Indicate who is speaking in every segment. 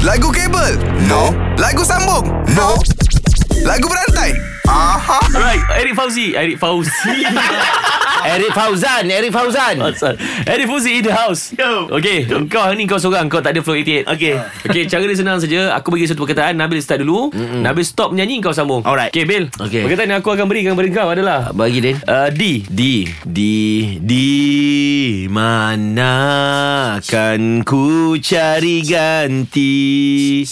Speaker 1: Lagu kabel? No. Lagu sambung? No. Lagu berantai? Aha.
Speaker 2: Right Eric Fauzi Eric Fauzi
Speaker 3: Eric Fauzan Eric Fauzan
Speaker 2: Asal Eric Fauzi in the house
Speaker 4: Yo.
Speaker 2: Okay Kau hari ni kau seorang Kau tak ada flow 88
Speaker 4: Okay.
Speaker 2: Okay cara dia senang saja Aku bagi satu perkataan Nabil start dulu Mm-mm. Nabil stop menyanyi Kau sambung
Speaker 4: Alright.
Speaker 2: Okay Bil
Speaker 3: Okay.
Speaker 2: Perkataan yang aku akan beri Kepada kau adalah
Speaker 3: Bagi Din
Speaker 2: uh, D
Speaker 4: Di Di Di Mana Kan ku cari ganti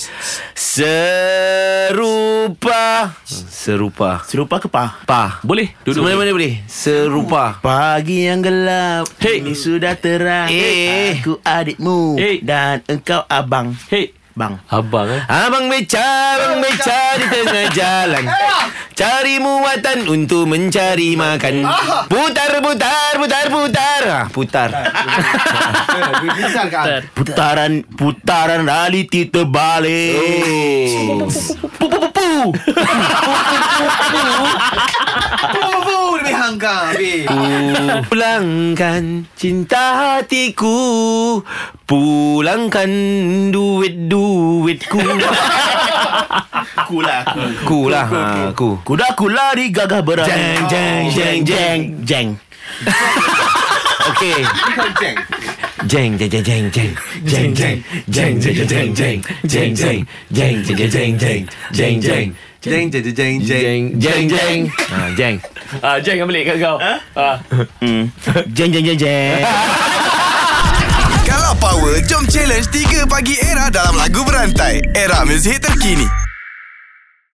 Speaker 4: Serupa
Speaker 3: Serupa
Speaker 4: Serupa ke pa?
Speaker 3: Pa
Speaker 2: Boleh Duduk
Speaker 3: Mana-mana boleh Serupa
Speaker 4: Pagi yang gelap
Speaker 2: Hey.
Speaker 4: Ini sudah terang
Speaker 3: Hey.
Speaker 4: Aku adikmu
Speaker 2: Hey.
Speaker 4: Dan engkau abang
Speaker 2: Hey
Speaker 4: Bang
Speaker 2: Abang eh
Speaker 3: Abang beca, abang beca di tengah jalan Cari muatan untuk mencari makan Putar, putar, putar, putar ah, Putar
Speaker 4: Putaran Putaran realiti terbalik
Speaker 3: Oh.
Speaker 1: Oh, lebih hangkang. Habis.
Speaker 3: Pulangkan cinta hatiku Pulangkan duit-duitku
Speaker 4: Aku lah aku
Speaker 3: Ku lah, ha, ku
Speaker 4: Kuda ku lari gagah berani Oh,
Speaker 3: Jeng, jeng, jeng,
Speaker 4: jeng Jeng
Speaker 3: Okay Jeng jeng jeng jeng jeng jeng jeng jeng jeng jeng jeng jeng jeng jeng jeng jeng jeng jeng jeng jeng
Speaker 1: Jeng, jeng, jeng, jeng, jeng.
Speaker 3: jeng jeng jeng ah jeng
Speaker 2: uh, Jeng ambil kat kau uh.
Speaker 4: Jeng jeng jeng jeng
Speaker 1: Kalau power, jom challenge 3 pagi era dalam lagu berantai. Era muzik terkini.